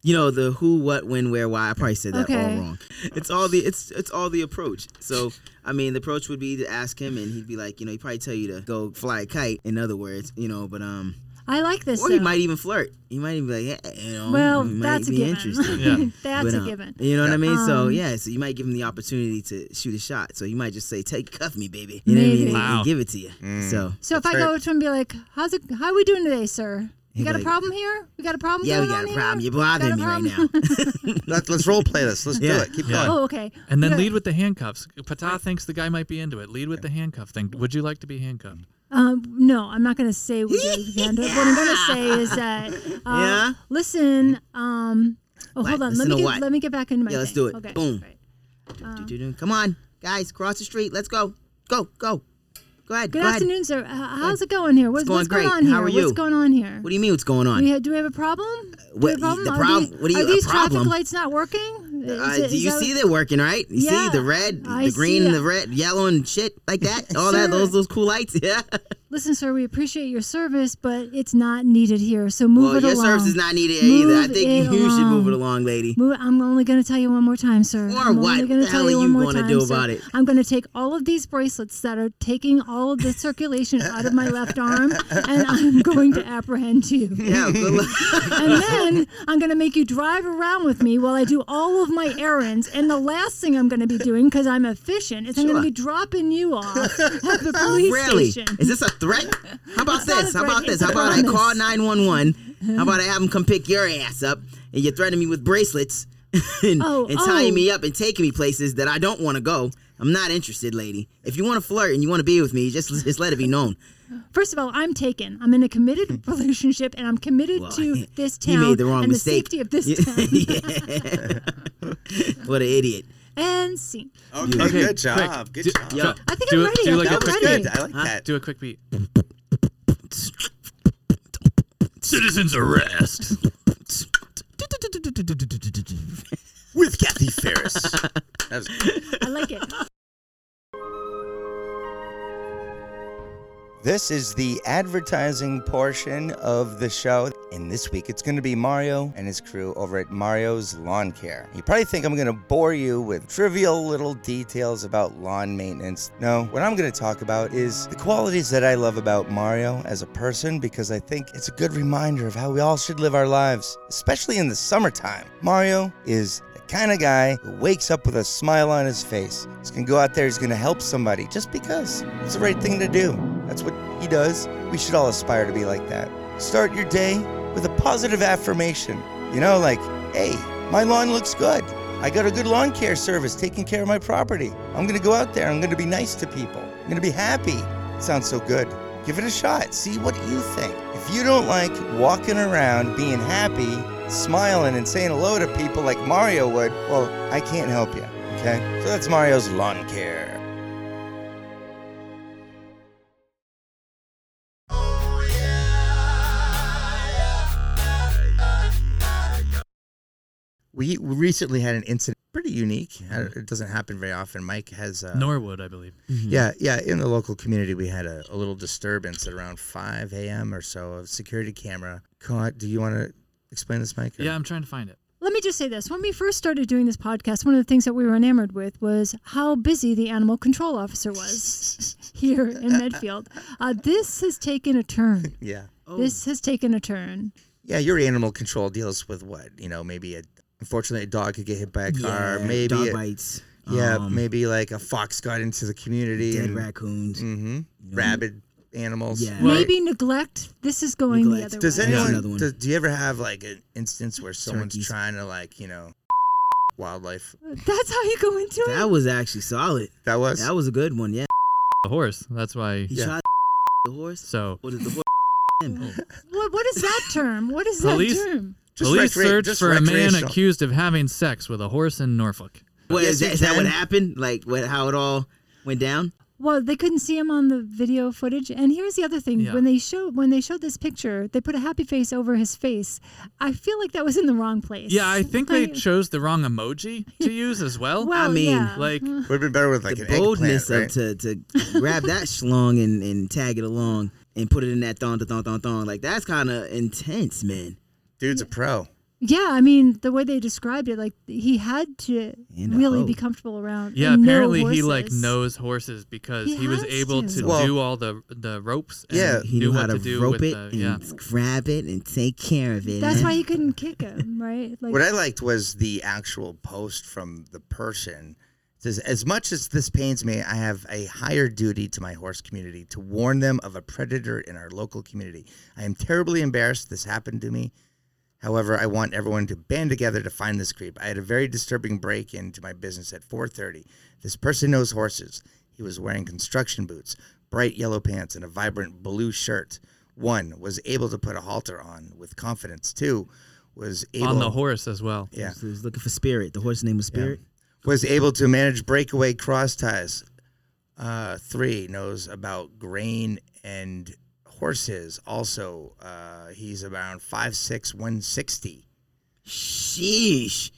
Speaker 4: You know the who, what, when, where, why. I probably said that all
Speaker 3: Okay.
Speaker 4: wrong. It's all the it's it's all the approach. So I mean, the approach would be to ask him, and he'd be like, you know, he'd probably tell you to go fly a kite. In other words, you know, but um,
Speaker 3: I like this.
Speaker 4: Or he
Speaker 3: though.
Speaker 4: might even flirt. He might even be like, yeah, you know,
Speaker 3: well,
Speaker 4: it might
Speaker 3: that's a
Speaker 4: be
Speaker 3: given.
Speaker 4: interesting.
Speaker 5: Yeah.
Speaker 3: <laughs> that's
Speaker 4: But,
Speaker 3: a
Speaker 4: um,
Speaker 3: given.
Speaker 4: You know what I mean? so
Speaker 3: Um,
Speaker 4: yeah, so you might give him the opportunity to shoot a shot. So you might just say, "Take cuff me, baby." You know what I mean?
Speaker 3: Maybe.
Speaker 4: And-
Speaker 5: Wow. Mm.
Speaker 4: And give it to you. So
Speaker 3: So if I
Speaker 1: That's
Speaker 3: go
Speaker 1: right.
Speaker 3: up to him and be like, "How's it? How we doing today, sir? You
Speaker 4: He'd
Speaker 3: got
Speaker 4: be like,
Speaker 3: a problem here? We got a problem?
Speaker 4: yeah, we
Speaker 3: going
Speaker 4: got a
Speaker 3: on
Speaker 4: problem.
Speaker 3: here?
Speaker 4: You're bothering
Speaker 3: Got a
Speaker 4: me right now.
Speaker 3: problem?"
Speaker 1: Let, us role play this. Let's do
Speaker 4: Yeah.
Speaker 1: it. Keep
Speaker 5: Yeah.
Speaker 1: going.
Speaker 3: <laughs> oh, okay.
Speaker 5: And then
Speaker 3: Yeah.
Speaker 5: lead with the handcuffs. Patah thinks the guy might be into it. Lead with the handcuff thing. Would you like to be handcuffed?
Speaker 3: Um, no, I'm not going to say what,
Speaker 4: <laughs>
Speaker 3: the end of it. what I'm going to say is that. Uh,
Speaker 4: Yeah?
Speaker 3: Listen. Um, oh, hold on.
Speaker 4: Listen
Speaker 3: let
Speaker 4: to
Speaker 3: me get,
Speaker 4: what?
Speaker 3: let me get back into my.
Speaker 4: Yeah, let's
Speaker 3: thing.
Speaker 4: do it.
Speaker 3: Okay.
Speaker 4: Boom.
Speaker 3: Right.
Speaker 4: Do-do-do. Come on, guys, cross the street. Let's go. Go, go, go ahead.
Speaker 3: Good
Speaker 4: go
Speaker 3: afternoon, sir. Uh, how's it going here? What's,
Speaker 4: going
Speaker 3: what's going
Speaker 4: great.
Speaker 3: on here?
Speaker 4: How are
Speaker 3: What's
Speaker 4: you?
Speaker 3: going on here?
Speaker 4: Ahead. What do you mean? What's going on?
Speaker 3: we ha- do we have a problem? Do we have
Speaker 4: What-
Speaker 3: a problem?
Speaker 4: the
Speaker 3: Are
Speaker 4: problem-
Speaker 3: these-
Speaker 4: what do you-
Speaker 3: are
Speaker 4: a
Speaker 3: these traffic
Speaker 4: problem?
Speaker 3: lights not working? Is
Speaker 4: Uh,
Speaker 3: it-
Speaker 4: do
Speaker 3: is
Speaker 4: you
Speaker 3: that-
Speaker 4: see they're working right? You
Speaker 3: Yeah,
Speaker 4: see the red,
Speaker 3: I
Speaker 4: the green,
Speaker 3: see
Speaker 4: the
Speaker 3: it.
Speaker 4: red, yellow, and shit
Speaker 3: <laughs>
Speaker 4: like that. All
Speaker 3: Sir.
Speaker 4: that, those, those cool lights. <laughs> Yeah.
Speaker 3: Listen, sir, we appreciate your service, but it's not needed here. So move
Speaker 4: well,
Speaker 3: it
Speaker 4: your
Speaker 3: along.
Speaker 4: service is not needed either. I
Speaker 3: Move
Speaker 4: think
Speaker 3: it
Speaker 4: you should move
Speaker 3: along.
Speaker 4: it along, lady.
Speaker 3: Move, I'm only going to tell you one more time, sir.
Speaker 4: Or
Speaker 3: I'm
Speaker 4: what?
Speaker 3: Only gonna
Speaker 4: The
Speaker 3: tell
Speaker 4: hell are
Speaker 3: you one
Speaker 4: you
Speaker 3: more
Speaker 4: gonna
Speaker 3: time,
Speaker 4: do
Speaker 3: sir.
Speaker 4: about it?
Speaker 3: I'm going to take all of these bracelets that are taking all of the circulation out of my left arm, and I'm <laughs> going to apprehend you.
Speaker 4: Yeah, good luck.
Speaker 3: And then I'm going to make you drive around with me while I do all of my errands. And the last thing I'm going to be doing, because I'm efficient, is I'm going
Speaker 4: Sure.
Speaker 3: to be dropping you off at
Speaker 4: <laughs>
Speaker 3: the police
Speaker 4: Really?
Speaker 3: station.
Speaker 4: Is this a threat? How
Speaker 3: not
Speaker 4: about this?
Speaker 3: a
Speaker 4: How about
Speaker 3: threat, <laughs> it's
Speaker 4: this?
Speaker 3: a
Speaker 4: How about I
Speaker 3: promise.
Speaker 4: call 911? How about I have them come pick your ass up and you threaten me with bracelets <laughs> and,
Speaker 3: Oh,
Speaker 4: and tying
Speaker 3: oh.
Speaker 4: me up and taking me places that I don't want to go? I'm not interested, lady. If you want to flirt and you want to be with me, just just let it be known. <laughs>
Speaker 3: First of all, I'm taken. I'm in a committed relationship, and I'm committed
Speaker 4: Well, <laughs>
Speaker 3: to this
Speaker 4: he
Speaker 3: town
Speaker 4: made the wrong
Speaker 3: and
Speaker 4: mistake.
Speaker 3: the safety
Speaker 4: <laughs>
Speaker 3: of this town.
Speaker 4: Yeah. what an idiot.
Speaker 3: And scene.
Speaker 1: Oh, Okay,
Speaker 5: Okay,
Speaker 1: good job.
Speaker 5: quick.
Speaker 1: Good
Speaker 5: Do-
Speaker 1: job.
Speaker 4: Yo,
Speaker 3: I think
Speaker 5: Do
Speaker 3: I'm
Speaker 5: it-
Speaker 3: ready.
Speaker 5: do
Speaker 3: I
Speaker 5: like
Speaker 3: think
Speaker 5: a
Speaker 1: That
Speaker 3: I'm
Speaker 1: was
Speaker 3: ready.
Speaker 1: good. I like
Speaker 4: Huh?
Speaker 1: that.
Speaker 5: Do a quick beat. Citizens arrest.
Speaker 1: With Kathy
Speaker 5: <laughs>
Speaker 1: Ferris. that was good.
Speaker 3: I like it.
Speaker 1: This is the advertising portion of the show. And this week it's going to be Mario and his crew over at Mario's Lawn Care. You probably think I'm going to bore you with trivial little details about lawn maintenance. No, what I'm going to talk about is the qualities that I love about Mario as a person because I think it's a good reminder of how we all should live our lives, especially in the summertime. Mario is the kind of guy who wakes up with a smile on his face. He's going to go out there, he's going to help somebody just because it's the right thing to do. That's what he does. We should all aspire to be like that. Start your day with a positive affirmation. You know, like, hey, my lawn looks good. I got a good lawn care service taking care of my property. I'm going to go out there. I'm going to be nice to people. I'm going to be happy. Sounds so good. Give it a shot. See what you think. If you don't like walking around being happy, smiling, and saying hello to people like Mario would, well, I can't help you. Okay? So that's Mario's lawn care. We we recently had an incident, pretty unique. I don't- It doesn't happen very often. Mike has, uh,
Speaker 5: Norwood, I believe.
Speaker 1: yeah, yeah. In the local community, we had a, a little disturbance at around 5 a.m. or so. A security camera caught. Do you want to explain this, Mike? or-
Speaker 5: Yeah, I'm trying to find it.
Speaker 3: Let me just say this. When we first started doing this podcast, one of the things that we were enamored with was how busy the animal control officer
Speaker 5: <laughs>
Speaker 3: was here in Medfield. Uh, this has taken a turn.
Speaker 1: yeah,
Speaker 5: Oh.
Speaker 3: This has taken a turn.
Speaker 1: yeah. Your animal control deals with what? You know, maybe a unfortunately a dog could get hit by a car.
Speaker 4: Yeah,
Speaker 1: maybe
Speaker 4: dog
Speaker 1: it-
Speaker 4: bites.
Speaker 1: Yeah,
Speaker 4: um,
Speaker 1: maybe like a fox got into the community.
Speaker 4: dead
Speaker 1: and,
Speaker 4: raccoons.
Speaker 1: hmm Rabid animals.
Speaker 4: Yeah.
Speaker 5: Well,
Speaker 3: Maybe neglect. This is going
Speaker 4: Neglect.
Speaker 3: the other
Speaker 1: Does
Speaker 3: way.
Speaker 4: There's
Speaker 1: anyone?
Speaker 4: another one.
Speaker 1: Do, do you ever have like an instance where someone's
Speaker 4: Turkeys.
Speaker 1: trying to like you know wildlife?
Speaker 3: That's how you go into it.
Speaker 4: That was actually solid.
Speaker 1: That was
Speaker 4: That was a good one. Yeah.
Speaker 5: The horse. That's why.
Speaker 4: He
Speaker 1: Yeah.
Speaker 4: tried the horse.
Speaker 5: So
Speaker 4: What
Speaker 3: <laughs>
Speaker 4: did the horse?
Speaker 3: Oh,
Speaker 4: him?
Speaker 3: What, what is
Speaker 5: <laughs>
Speaker 3: that term? What is that
Speaker 5: Police-
Speaker 3: term?
Speaker 1: just
Speaker 5: police
Speaker 1: recre-
Speaker 5: search
Speaker 1: just
Speaker 5: for a man
Speaker 1: recreational.
Speaker 5: accused of having sex with a horse in Norfolk.
Speaker 4: What,
Speaker 1: Yes,
Speaker 4: is,
Speaker 1: you
Speaker 4: that, is that what
Speaker 1: can.
Speaker 4: happened? Like what, how it all went down?
Speaker 3: Well, they couldn't see him on the video footage. And here's the other thing:
Speaker 5: Yeah.
Speaker 3: when they showed when they showed this picture, they put a happy face over his face. I feel like that was in the wrong place.
Speaker 5: Yeah, I think they
Speaker 3: I-
Speaker 5: chose the wrong emoji to use as well.
Speaker 3: <laughs> Well,
Speaker 4: mean,
Speaker 3: yeah.
Speaker 5: like
Speaker 1: Would have been better with like
Speaker 4: the
Speaker 1: an eggplant,
Speaker 4: boldness
Speaker 1: right?
Speaker 4: of to, to
Speaker 1: <laughs>
Speaker 4: grab that schlong and, and tag it along and put it in that thong, thong, thong, thong. Like that's kind of intense, man.
Speaker 1: Dude's a pro.
Speaker 3: Yeah, I mean the way they described it, like he had to
Speaker 4: In a
Speaker 3: really be
Speaker 4: hole.
Speaker 3: comfortable around.
Speaker 5: yeah,
Speaker 3: and know
Speaker 5: apparently he like
Speaker 3: horses.
Speaker 5: knows horses because
Speaker 3: He
Speaker 5: he, was
Speaker 3: has
Speaker 5: able
Speaker 3: to.
Speaker 5: to,
Speaker 1: Well-
Speaker 5: do all the the ropes and
Speaker 1: Yeah.
Speaker 4: He
Speaker 5: knew
Speaker 4: knew
Speaker 5: what
Speaker 4: how to,
Speaker 5: to do
Speaker 4: rope
Speaker 5: with
Speaker 4: it
Speaker 5: the
Speaker 4: and
Speaker 5: yeah.
Speaker 4: grab it and take care of it.
Speaker 3: That's
Speaker 4: huh?
Speaker 3: why
Speaker 4: <laughs>
Speaker 3: he couldn't kick him, right? Like
Speaker 1: What I liked was the actual post from the person. It says, as much as this pains me, I have a higher duty to my horse community to warn them of a predator in our local community. I am terribly embarrassed this happened to me. However, I want everyone to band together to find this creep. I had a very disturbing break into my business at 4:30. This person knows horses. He was wearing construction boots, bright yellow pants, and a vibrant blue shirt. One was able to put a halter on with confidence. Two was able
Speaker 5: on the horse as well.
Speaker 1: <laughs> yeah.
Speaker 4: So he was looking for Spirit. The horse name was Spirit.
Speaker 1: was able to manage breakaway cross ties. Uh, three knows about grain and horses. Also, uh, he's around five six one sixty.
Speaker 4: Sheesh.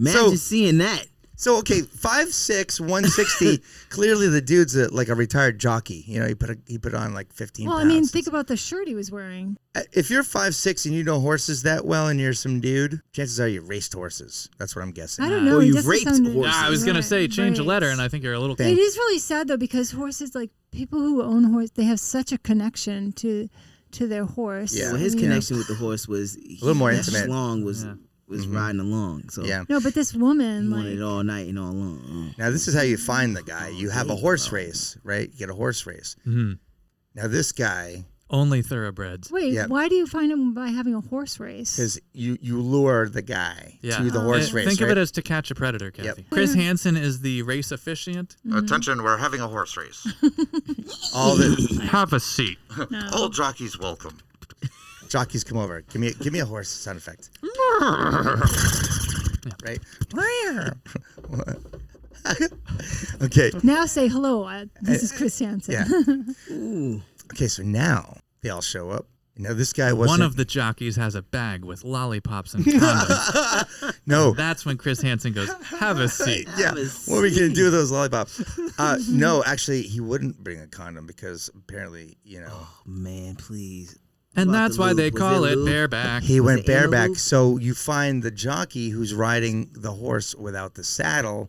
Speaker 4: Imagine
Speaker 1: So-
Speaker 4: seeing that.
Speaker 1: So okay, five six one
Speaker 3: <laughs>
Speaker 1: sixty. Clearly, the dude's a, like a retired jockey. You know, he put a, he put on like fifteen.
Speaker 3: well, I
Speaker 1: pounds. Uh,
Speaker 3: mean, think about the shirt he was wearing.
Speaker 1: if you're five six and you know horses that well, and you're some dude, chances are you raced horses. That's what I'm guessing.
Speaker 3: I don't know.
Speaker 5: Oh,
Speaker 4: Or
Speaker 3: it
Speaker 4: you
Speaker 3: doesn't
Speaker 4: raped
Speaker 3: sound-
Speaker 4: horses.
Speaker 5: Ah, I was gonna
Speaker 3: Right,
Speaker 5: say change a
Speaker 3: right.
Speaker 5: letter, and I think you're a little.
Speaker 1: Thank-
Speaker 3: It is really sad though because horses, like people who own horse, they have such a connection to to their horse.
Speaker 1: Yeah.
Speaker 4: Well,
Speaker 3: I
Speaker 4: his
Speaker 3: mean-
Speaker 4: connection with the horse was a
Speaker 1: little more intimate. Mm-hmm.
Speaker 4: Schlong was was riding along. So
Speaker 1: Yeah.
Speaker 3: No, but this
Speaker 4: he
Speaker 3: woman,
Speaker 4: wanted it
Speaker 3: like,
Speaker 4: all night and all along.
Speaker 1: Now this is how you
Speaker 5: Oh, Mm-hmm.
Speaker 1: find the guy. You have a horse race, right? You get a horse race. Now this guy
Speaker 5: Only thoroughbreds.
Speaker 3: Wait,
Speaker 1: Yep.
Speaker 3: why do you find him by having a horse race?
Speaker 1: because you you lure the guy
Speaker 5: Yeah.
Speaker 1: to the horse
Speaker 5: Uh,
Speaker 1: race.
Speaker 5: Think
Speaker 1: right?
Speaker 5: of it as to catch a predator, Kathy. Chris
Speaker 3: Mm-hmm.
Speaker 5: Hansen is the race officiant.
Speaker 6: Attention, we're having a horse race.
Speaker 1: all
Speaker 5: <laughs>
Speaker 1: the
Speaker 5: Have a seat.
Speaker 6: All jockeys welcome.
Speaker 1: jockeys come over. Give me give me a horse sound
Speaker 5: <laughs>
Speaker 1: effect. right. okay.
Speaker 3: Now say hello. I,
Speaker 4: Uh,
Speaker 3: this is Chris Hansen.
Speaker 1: Yeah. Okay. So now they all show up. Now this guy was
Speaker 5: One of the jockeys has a bag with lollipops and condoms.
Speaker 1: no.
Speaker 5: That's when Chris Hansen goes, "Have a seat."
Speaker 1: yeah.
Speaker 4: was
Speaker 1: What are we gonna
Speaker 4: <laughs>
Speaker 1: do with those lollipops? Uh, no, actually, he wouldn't bring a condom because apparently, you know,
Speaker 4: Oh, Man, please.
Speaker 5: And
Speaker 4: About the
Speaker 5: that's why they
Speaker 4: lube. Was
Speaker 5: call
Speaker 4: it
Speaker 5: it
Speaker 4: lube?
Speaker 5: bareback.
Speaker 1: he went
Speaker 4: it
Speaker 1: bareback.
Speaker 4: antelope?
Speaker 1: So you find the jockey who's riding the horse without the saddle.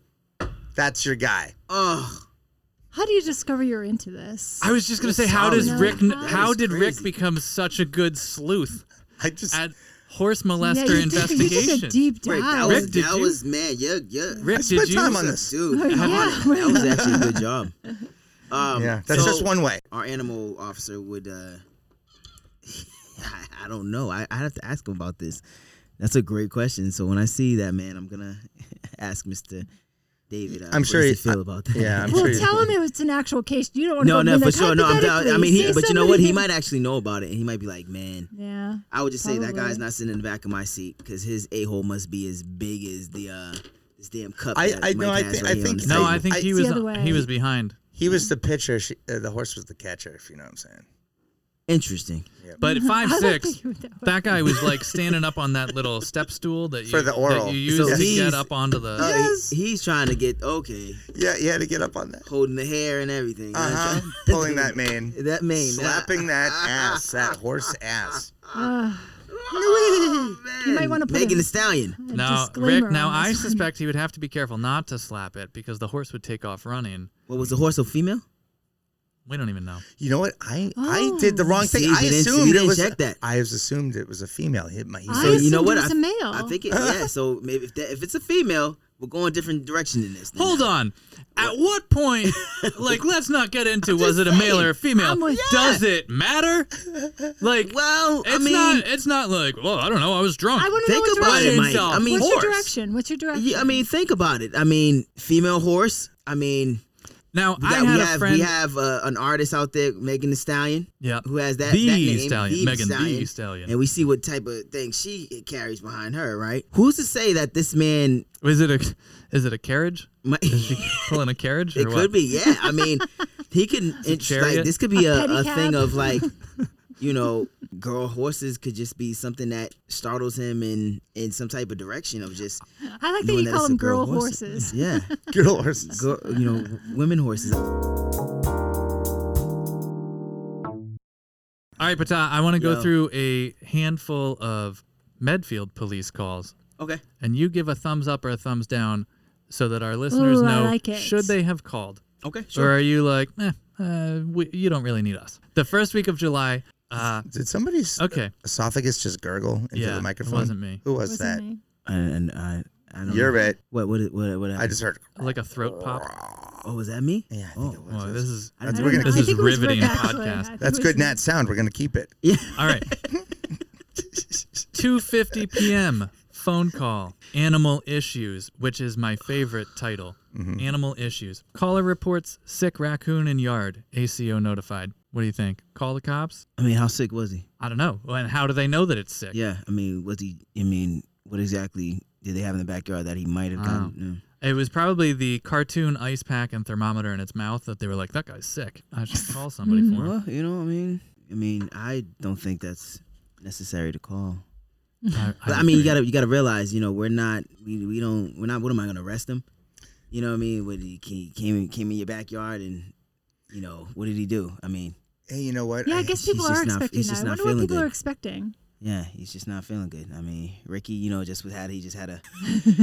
Speaker 1: That's your guy.
Speaker 4: Oh,
Speaker 3: How do you discover you're into this?
Speaker 5: I was just gonna say, how
Speaker 4: Solid.
Speaker 5: does
Speaker 3: No,
Speaker 5: Rick?
Speaker 3: that
Speaker 5: How
Speaker 4: is
Speaker 5: did Rick
Speaker 4: crazy.
Speaker 5: become such a good sleuth
Speaker 1: I just
Speaker 5: at horse molester
Speaker 3: yeah, you took- you
Speaker 5: investigation?
Speaker 3: took a deep dive.
Speaker 4: Rick, that
Speaker 5: Rick,
Speaker 4: was,
Speaker 5: did
Speaker 4: that
Speaker 5: you-
Speaker 4: was man, yeah, yeah.
Speaker 5: Rick,
Speaker 1: I
Speaker 5: did
Speaker 1: spent
Speaker 5: you?
Speaker 1: time on this.
Speaker 4: Dude,
Speaker 3: Yeah.
Speaker 4: that was actually a good
Speaker 5: <laughs>
Speaker 4: job. Um,
Speaker 1: Yeah, that's
Speaker 4: so
Speaker 1: just one way.
Speaker 4: Our animal officer would. Uh, <laughs> I, I don't know. I, I have to ask him about this. That's a great question. So when I see that man, I'm gonna <laughs> ask Mr. David. Uh,
Speaker 1: I'm
Speaker 4: what
Speaker 1: sure
Speaker 4: does he
Speaker 1: he-
Speaker 4: feel about that.
Speaker 1: yeah, I'm
Speaker 3: Well,
Speaker 1: sure he-
Speaker 3: tell him it was an actual case. You don't want to
Speaker 4: <laughs> no,
Speaker 3: go
Speaker 4: no,
Speaker 3: be
Speaker 4: for
Speaker 3: like,
Speaker 4: sure. No, I'm down. I
Speaker 3: "Hypothetically,
Speaker 4: mean, he,
Speaker 3: say
Speaker 4: but you know what? He
Speaker 3: somebody-
Speaker 4: might actually know about it, and he might be like, "Man,
Speaker 3: Yeah.
Speaker 4: I would just say that
Speaker 3: Probably.
Speaker 4: guy's not sitting in the back of my seat because his a hole must be as big as the uh this damn cup.
Speaker 1: I-
Speaker 4: that
Speaker 1: I-
Speaker 4: Mike
Speaker 1: no, I
Speaker 4: has
Speaker 1: think-
Speaker 4: right
Speaker 1: I
Speaker 4: here on
Speaker 1: think-
Speaker 4: the
Speaker 5: No,
Speaker 4: table.
Speaker 5: I think
Speaker 1: I-
Speaker 5: he
Speaker 1: It's
Speaker 3: the
Speaker 5: was
Speaker 3: other way.
Speaker 5: he was behind.
Speaker 1: He was the
Speaker 4: Mm.
Speaker 1: pitcher. She, uh, the horse was the catcher. If you know what I'm saying.
Speaker 4: interesting.
Speaker 5: But at five
Speaker 3: I don't
Speaker 5: six,
Speaker 3: think he would that way.
Speaker 5: that guy was like standing up on that little step stool that you
Speaker 1: For the oral.
Speaker 5: that you use
Speaker 4: So
Speaker 5: to
Speaker 4: he's-
Speaker 5: get up onto the.
Speaker 4: Oh, he-
Speaker 1: Yes.
Speaker 4: he's trying to get okay,
Speaker 1: Yeah, you had to get up on that.
Speaker 4: holding the hair and everything.
Speaker 1: Uh huh.
Speaker 4: Trying-
Speaker 1: <laughs> Pulling
Speaker 4: <laughs>
Speaker 1: that mane.
Speaker 4: that mane,
Speaker 1: Slapping
Speaker 4: <laughs>
Speaker 1: that ass. That horse ass.
Speaker 3: Ugh.
Speaker 4: you
Speaker 3: might wanna put
Speaker 4: Megan
Speaker 3: him-
Speaker 4: the Stallion.
Speaker 3: A
Speaker 5: now,
Speaker 3: disclaimer
Speaker 5: Rick. Now,
Speaker 3: on
Speaker 5: I
Speaker 3: this one.
Speaker 5: suspect he would have to be careful not to slap it because the horse would take off running.
Speaker 4: What was the horse a female?
Speaker 5: We don't even know.
Speaker 1: You know what? I I did the
Speaker 3: Oh.
Speaker 1: wrong thing.
Speaker 4: See,
Speaker 1: I
Speaker 4: we didn't- we
Speaker 1: assumed
Speaker 4: didn't
Speaker 1: it was.
Speaker 4: check that.
Speaker 1: I was assumed it was a female. He, my, he
Speaker 3: I
Speaker 1: said,
Speaker 4: So you know
Speaker 3: assumed
Speaker 4: what?
Speaker 3: It was a male.
Speaker 4: I
Speaker 1: <laughs>
Speaker 4: think it, yeah. So maybe if that, if it's a female, we're going different direction in this.
Speaker 5: Hold on. At what
Speaker 4: <laughs>
Speaker 5: point, like, let's not get into was it a male or a female.
Speaker 3: I'm with-
Speaker 5: Does it matter? Like,
Speaker 4: Well,
Speaker 5: it's
Speaker 4: I mean,
Speaker 5: not. It's not like, well, I don't know. I was drunk.
Speaker 3: I want to know
Speaker 4: Think
Speaker 3: what
Speaker 4: about
Speaker 3: direction.
Speaker 4: it, Mike. I mean,
Speaker 3: What's
Speaker 5: horse.
Speaker 3: your direction? What's your direction?
Speaker 4: yeah, I mean, think about it. I mean, female horse. I mean,
Speaker 5: now
Speaker 4: We,
Speaker 5: I
Speaker 4: got, we
Speaker 5: had a
Speaker 4: have
Speaker 5: friend.
Speaker 4: we have uh, an artist out there, Megan the Stallion.
Speaker 5: Yeah.
Speaker 4: Who has that
Speaker 5: The
Speaker 4: that name,
Speaker 5: Stallion, Megan the Stallion.
Speaker 4: and we see what type of thing she carries behind her, right? Who's to say that this man
Speaker 5: is it a? Is it a carriage?
Speaker 4: might?
Speaker 5: Is
Speaker 4: <laughs>
Speaker 5: she pulling a carriage?
Speaker 4: it
Speaker 5: or
Speaker 4: could
Speaker 5: what?
Speaker 4: be, yeah.
Speaker 5: <laughs>
Speaker 4: I mean, he can. It's
Speaker 5: chariot?
Speaker 4: like this could be
Speaker 3: A
Speaker 4: a, a,
Speaker 3: pedicab?
Speaker 4: thing
Speaker 3: <laughs>
Speaker 4: of like, you know, girl horses could just be something that startles him in in some type of direction of just.
Speaker 3: I like that
Speaker 4: knowing
Speaker 3: you
Speaker 4: that
Speaker 3: call
Speaker 4: it's
Speaker 3: them
Speaker 4: a
Speaker 3: girl
Speaker 4: horse.
Speaker 3: horses. <laughs>
Speaker 4: Yeah,
Speaker 1: girl horses.
Speaker 4: <laughs> girl, you know, women horses.
Speaker 5: All right, but uh, I want to go
Speaker 4: Yo.
Speaker 5: through a handful of Medfield police calls,
Speaker 4: Okay.
Speaker 5: and you give a thumbs up or a thumbs down, so that our listeners
Speaker 3: Ooh, I
Speaker 5: know
Speaker 3: like it.
Speaker 5: should they have called,
Speaker 4: Okay.
Speaker 5: or are you like, eh, uh, we, you don't really need us. The first week of July. Uh,
Speaker 1: Did somebody's
Speaker 5: okay.
Speaker 1: esophagus just gurgle into
Speaker 5: Yeah,
Speaker 1: the
Speaker 5: it
Speaker 1: microphone?
Speaker 5: wasn't me.
Speaker 1: Who was
Speaker 3: Wasn't
Speaker 1: that?
Speaker 3: me.
Speaker 4: And, and I, I don't.
Speaker 1: You're
Speaker 4: know.
Speaker 1: it.
Speaker 4: What? What? What? What?
Speaker 1: I just heard.
Speaker 5: Like a throat pop.
Speaker 4: Oh, was that me?
Speaker 1: Yeah, I
Speaker 4: Oh.
Speaker 1: think it was.
Speaker 5: Whoa,
Speaker 1: <laughs>
Speaker 5: this is
Speaker 4: I don't
Speaker 1: That's-
Speaker 4: know.
Speaker 1: we're gonna-
Speaker 3: I
Speaker 5: this is
Speaker 3: think it was Rick,
Speaker 5: riveting
Speaker 3: actually. I
Speaker 5: podcast.
Speaker 3: think
Speaker 1: That's
Speaker 3: it was
Speaker 1: good Nat sound. We're gonna keep it.
Speaker 4: Yeah.
Speaker 5: All right. 2:50 p.m. phone call. Animal issues, which is my favorite title. Animal issues. Caller reports sick raccoon in yard. ACO notified. What do you think? Call the cops?
Speaker 4: <laughs> I mean, how sick was he?
Speaker 5: I don't know. Well, And how do they know that it's sick?
Speaker 4: Yeah. I mean, was he? I mean, what exactly did they have in the backyard that he might have gotten? yeah.
Speaker 5: It was probably the cartoon ice pack and thermometer in its mouth that they were like, "That guy's sick. I should call somebody for him."
Speaker 4: Well, you know, I mean, I mean, I don't think that's necessary to call.
Speaker 5: I,
Speaker 4: But I mean, you
Speaker 5: agree.
Speaker 4: gotta you gotta realize, you know, we're not we, we don't we're not. What am I gonna arrest him? You know what I mean? What he ca- came in- came in your backyard and. You know what did he do? I mean,
Speaker 1: Hey, you know what?
Speaker 3: Yeah, I guess
Speaker 4: She's
Speaker 3: people
Speaker 4: just
Speaker 3: are
Speaker 4: not-
Speaker 3: expecting
Speaker 4: he's
Speaker 3: that.
Speaker 4: just
Speaker 3: I
Speaker 4: not
Speaker 3: wonder what
Speaker 4: feeling
Speaker 3: people
Speaker 4: good.
Speaker 3: are expecting.
Speaker 4: yeah, he's just not feeling good. I mean, Ricky, you know, just with had he just
Speaker 5: <laughs>
Speaker 4: had a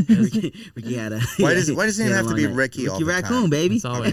Speaker 4: Ricky, Ricky had a
Speaker 1: Why does- why does it
Speaker 4: he had a
Speaker 1: have to
Speaker 4: long
Speaker 1: be
Speaker 4: night.
Speaker 1: Ricky all the time?
Speaker 4: Raccoon, baby?
Speaker 5: It's always.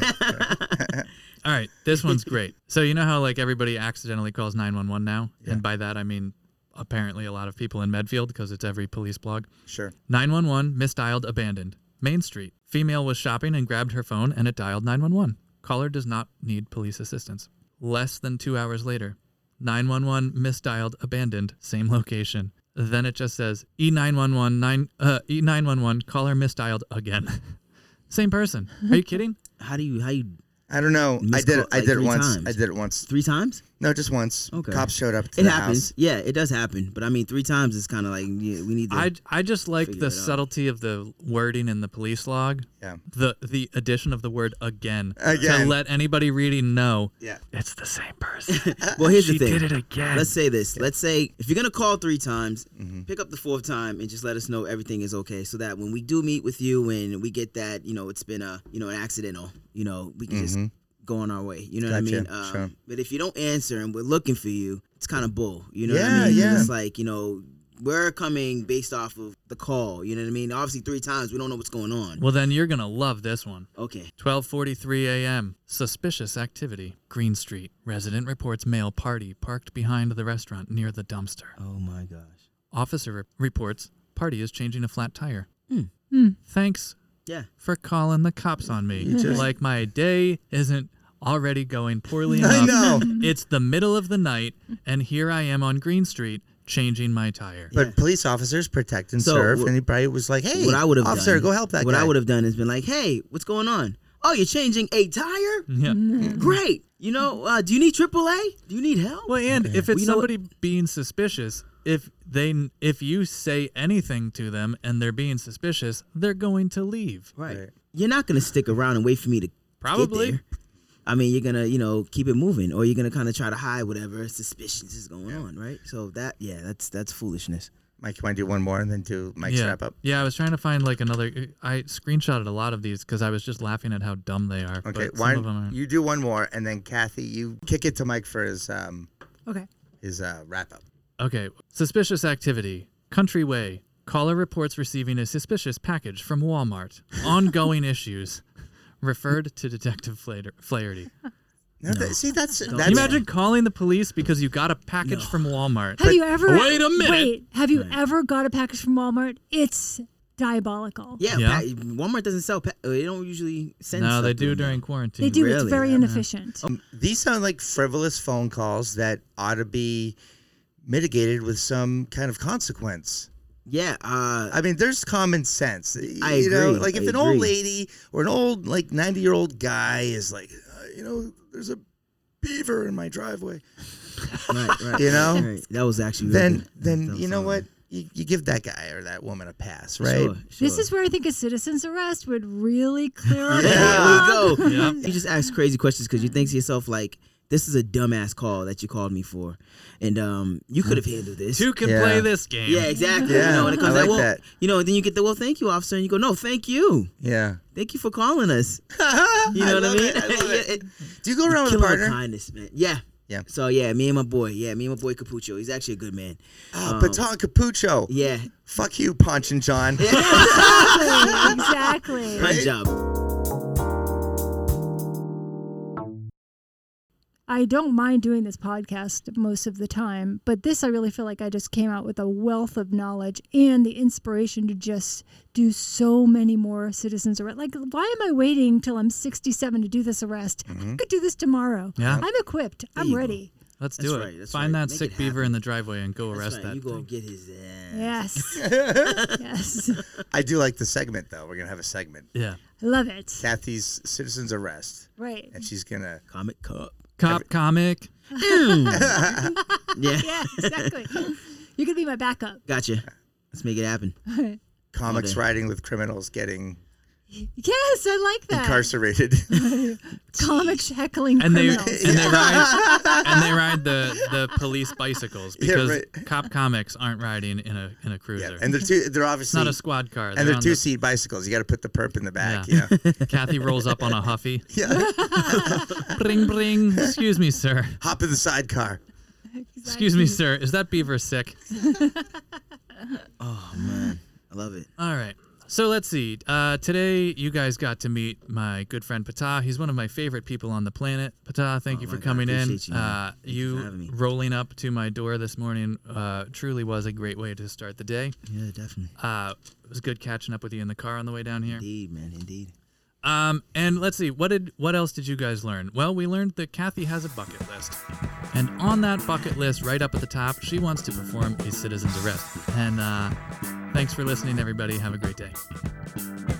Speaker 5: All right, this one's great. So you know how like everybody accidentally calls 911 now, and by that I mean apparently a lot of people in Medfield because it's every police blog.
Speaker 1: Sure.
Speaker 5: 911 misdialed abandoned. Main Street. Female was shopping and grabbed her phone and it dialed 911. Caller does not need police assistance. Less than 2 hours later, 911 misdialed, abandoned, same location. Then it just says E911 nine uh, E911 caller misdialed again. <laughs> same person. Are you kidding?
Speaker 4: <laughs> How do you how you
Speaker 1: I don't know. I
Speaker 4: Missed
Speaker 1: did it.
Speaker 4: call-
Speaker 1: I
Speaker 4: like
Speaker 1: did it
Speaker 4: three
Speaker 1: once.
Speaker 4: times.
Speaker 1: I did it once.
Speaker 4: three times?
Speaker 1: No, just once.
Speaker 4: Okay.
Speaker 1: Cops showed up. To
Speaker 4: It
Speaker 1: the
Speaker 4: happens.
Speaker 1: House.
Speaker 4: Yeah, it does happen. But I mean, three times is kind of like yeah, we need to.
Speaker 5: I, I just like
Speaker 4: figure
Speaker 5: the
Speaker 4: it out.
Speaker 5: subtlety of the wording in the police log.
Speaker 1: Yeah.
Speaker 5: The the addition of the word again, to
Speaker 1: Again.
Speaker 5: let anybody reading know
Speaker 1: Yeah.
Speaker 5: it's the same person.
Speaker 4: well, here's
Speaker 5: she
Speaker 4: the thing.
Speaker 5: did it again.
Speaker 4: Let's say this. Let's say if you're gonna call three times,
Speaker 1: Mm-hmm.
Speaker 4: pick up the fourth time and just let us know everything is okay, so that when we do meet with you and we get that, you know, it's been a, you know, an accidental, you know, we can
Speaker 1: Mm-hmm.
Speaker 4: just go on our way. You know
Speaker 1: Gotcha.
Speaker 4: what I mean? Um,
Speaker 1: Sure.
Speaker 4: But if you don't answer and we're looking for you, it's kind of bull. You know what
Speaker 1: Yeah,
Speaker 4: I mean?
Speaker 1: yeah.
Speaker 4: It's like you know. We're coming based off of the call. You know what I mean? Obviously, three times we don't know what's going on.
Speaker 5: Well, then you're gonna love this one.
Speaker 4: Okay.
Speaker 5: 12:43 a.m. Suspicious activity. Green Street. Resident reports male party parked behind the restaurant near the dumpster.
Speaker 4: Oh my gosh.
Speaker 5: Officer re- reports party is changing a flat tire.
Speaker 4: Hmm.
Speaker 3: Hmm.
Speaker 5: Thanks
Speaker 4: Yeah.
Speaker 5: for calling the cops on me.
Speaker 1: just-
Speaker 5: Like my day isn't already going poorly
Speaker 1: <laughs>
Speaker 5: enough.
Speaker 1: I know.
Speaker 5: It's the middle of the night, and here I am on Green Street changing my tire.
Speaker 1: But
Speaker 4: Yeah.
Speaker 1: police officers protect and
Speaker 4: So,
Speaker 1: serve.
Speaker 4: wh-
Speaker 1: and he probably was like, "Hey,
Speaker 4: what I would have
Speaker 1: officer,
Speaker 4: done,
Speaker 1: go help that
Speaker 4: What
Speaker 1: guy."
Speaker 4: I would have done is been like, "Hey, what's going on? Oh, you're changing a tire?
Speaker 5: Yeah.
Speaker 4: Great. You know, uh, do you need AAA? Do you need help?
Speaker 5: Well, and if it's
Speaker 4: Well, you know what-
Speaker 5: somebody being suspicious, if they if you say anything to them and they're being suspicious, they're going to leave.
Speaker 4: right.
Speaker 1: Right.
Speaker 4: You're not gonna stick around and wait for me to
Speaker 5: Probably.
Speaker 4: Get there. I mean, you're gonna, you know, keep it moving, or you're gonna kind of try to hide whatever suspicions is going on, right? So that, yeah, that's that's foolishness.
Speaker 1: Mike, you want to do one more and then do Mike's
Speaker 5: yeah.
Speaker 1: wrap up?
Speaker 5: Yeah, I was trying to find like another. I screenshotted a lot of these because I was just laughing at how dumb they are.
Speaker 1: Okay,
Speaker 5: but
Speaker 1: why
Speaker 5: some of them aren't.
Speaker 1: you do one more and then Kathy, you kick it to Mike for his um
Speaker 3: Okay.
Speaker 1: his uh wrap up.
Speaker 5: Okay. Suspicious activity. Countryway. Caller reports receiving a suspicious package from
Speaker 4: <laughs>
Speaker 5: Walmart. Ongoing issues. Referred to Detective Flaher- Flaherty.
Speaker 1: No, that- see, that's that's
Speaker 5: Can you imagine calling the police because you got a package from Walmart?
Speaker 3: Have you ever
Speaker 5: wait a minute.
Speaker 3: Wait, have you ever got a package from Walmart? It's diabolical.
Speaker 4: Yeah,
Speaker 5: Yeah.
Speaker 4: Pa- Walmart doesn't sell. Pa- uh, they don't usually send.
Speaker 5: No,
Speaker 4: stuff
Speaker 5: they
Speaker 4: to
Speaker 5: do
Speaker 4: them.
Speaker 5: during quarantine.
Speaker 3: They do. it's
Speaker 4: Really? Oh,
Speaker 3: very
Speaker 4: Yeah.
Speaker 3: inefficient.
Speaker 1: These sound like frivolous phone calls that ought to be mitigated with some kind of consequence.
Speaker 4: Yeah, uh,
Speaker 5: <laughs>
Speaker 1: I mean, there's common sense.
Speaker 4: I
Speaker 1: you know,
Speaker 4: agree,
Speaker 1: like if
Speaker 4: I
Speaker 1: an old
Speaker 4: agree.
Speaker 1: lady or an old like 90 year old guy is like, uh, you know, there's a beaver in my driveway,
Speaker 4: right, right,
Speaker 1: You
Speaker 4: right,
Speaker 1: know?
Speaker 4: right. that was actually really
Speaker 1: then
Speaker 4: good.
Speaker 1: then
Speaker 4: That
Speaker 1: you
Speaker 4: was
Speaker 1: know
Speaker 4: solid.
Speaker 1: what. You, you give that guy or that woman a pass, right?
Speaker 4: Sure,
Speaker 3: This
Speaker 4: sure.
Speaker 3: is where I think a citizen's arrest would really clear up.
Speaker 4: <laughs> Yeah,
Speaker 3: the
Speaker 4: <laughs> there we go.
Speaker 5: <laughs> Yeah.
Speaker 4: You just ask crazy questions because you think to yourself like, "This is a dumbass call that you called me for," and um, you could have handled this.
Speaker 5: Two can
Speaker 1: Yeah.
Speaker 5: play this game.
Speaker 4: Yeah, exactly.
Speaker 1: Yeah,
Speaker 4: you know, when it comes
Speaker 1: I like
Speaker 4: to, well,
Speaker 1: that.
Speaker 4: you know, then you get the well, thank you, officer, and you go, "No, thank you,
Speaker 1: Yeah. <laughs>
Speaker 4: thank you for calling us." You
Speaker 1: I
Speaker 4: know what I
Speaker 1: love
Speaker 4: mean?
Speaker 1: it, I love it.
Speaker 4: <laughs> Yeah, it-
Speaker 1: Do you go around with a
Speaker 4: killing
Speaker 1: partner?
Speaker 4: kindness, man. Yeah.
Speaker 1: Yeah.
Speaker 4: So yeah, me and my boy. Yeah, me and my boy Capucho. He's actually a good man.
Speaker 1: Oh,
Speaker 4: Um,
Speaker 1: Baton Capucho.
Speaker 4: Yeah.
Speaker 1: Fuck you, Punch and John.
Speaker 3: exactly. <laughs> exactly.
Speaker 4: Fun job.
Speaker 3: I don't mind doing this podcast most of the time, but this I really feel like I just came out with a wealth of knowledge and the inspiration to just do so many more citizens arrest. Like, why am I waiting till I'm 67 to do this arrest? I could do this tomorrow.
Speaker 5: Yeah.
Speaker 3: I'm equipped. I'm
Speaker 4: Mm-hmm. you go.
Speaker 3: ready.
Speaker 5: Let's do
Speaker 4: That's
Speaker 5: it.
Speaker 4: right, that's
Speaker 5: Find
Speaker 4: right.
Speaker 5: that
Speaker 4: Make
Speaker 5: sick
Speaker 4: it
Speaker 5: beaver in the driveway and go
Speaker 4: That's
Speaker 5: arrest
Speaker 4: right. You
Speaker 5: that
Speaker 4: go <laughs>
Speaker 5: thing.
Speaker 4: get his ass. <laughs>
Speaker 3: Yes. yes.
Speaker 1: <laughs> I do like the segment though. We're gonna have a segment.
Speaker 5: Yeah.
Speaker 3: I love it.
Speaker 1: Kathy's citizen's arrest,
Speaker 3: Right.
Speaker 1: and she's gonna.
Speaker 4: Comic cup.
Speaker 5: Cop comic.
Speaker 4: Yeah.
Speaker 3: Yeah, exactly. You're going to be my backup.
Speaker 4: Gotcha. Let's make it happen.
Speaker 1: Comics
Speaker 4: Okay.
Speaker 1: riding with criminals getting
Speaker 3: <laughs> Yes, I like that.
Speaker 5: <laughs>
Speaker 1: incarcerated.
Speaker 3: Comics heckling
Speaker 5: And
Speaker 4: <laughs>
Speaker 5: they and
Speaker 3: criminals.
Speaker 5: they ride and they ride the, the police bicycles
Speaker 1: Yeah,
Speaker 5: because
Speaker 1: right.
Speaker 5: cop comics aren't riding in a in a cruiser.
Speaker 1: yeah, and they're two. They're
Speaker 5: it's
Speaker 1: obviously
Speaker 5: not a squad car.
Speaker 1: and they're
Speaker 5: on
Speaker 1: two
Speaker 5: the-
Speaker 1: seat bicycles. You got to put the perp in the back. Yeah.
Speaker 5: Yeah. <laughs> Kathy rolls up on a huffy.
Speaker 4: <laughs>
Speaker 1: yeah.
Speaker 5: <laughs> Bring bring. Excuse me, sir.
Speaker 1: Hop in the sidecar.
Speaker 5: <laughs> Excuse me, sir. Is that beaver sick?
Speaker 4: Oh man, I love it.
Speaker 5: All right. So let's see. Uh, today, you guys got to meet my good friend Patah. He's one of my favorite people on the planet. Patah, thank you for
Speaker 4: Oh my God,
Speaker 5: coming in.
Speaker 4: appreciate you, man.
Speaker 5: uh,
Speaker 4: Thank you for having me.
Speaker 5: rolling up to my door this morning uh, truly was a great way to start the day.
Speaker 4: Yeah, definitely.
Speaker 5: Uh, it was good catching up with you in the car on the way down here.
Speaker 4: Indeed, man. Indeed.
Speaker 5: Um, and let's see, what did what else did you guys learn? Well, we learned that Kathy has a bucket list. And on that bucket list, right up at the top, she wants to perform a citizen's arrest. And uh, thanks for listening, everybody. Have a great day.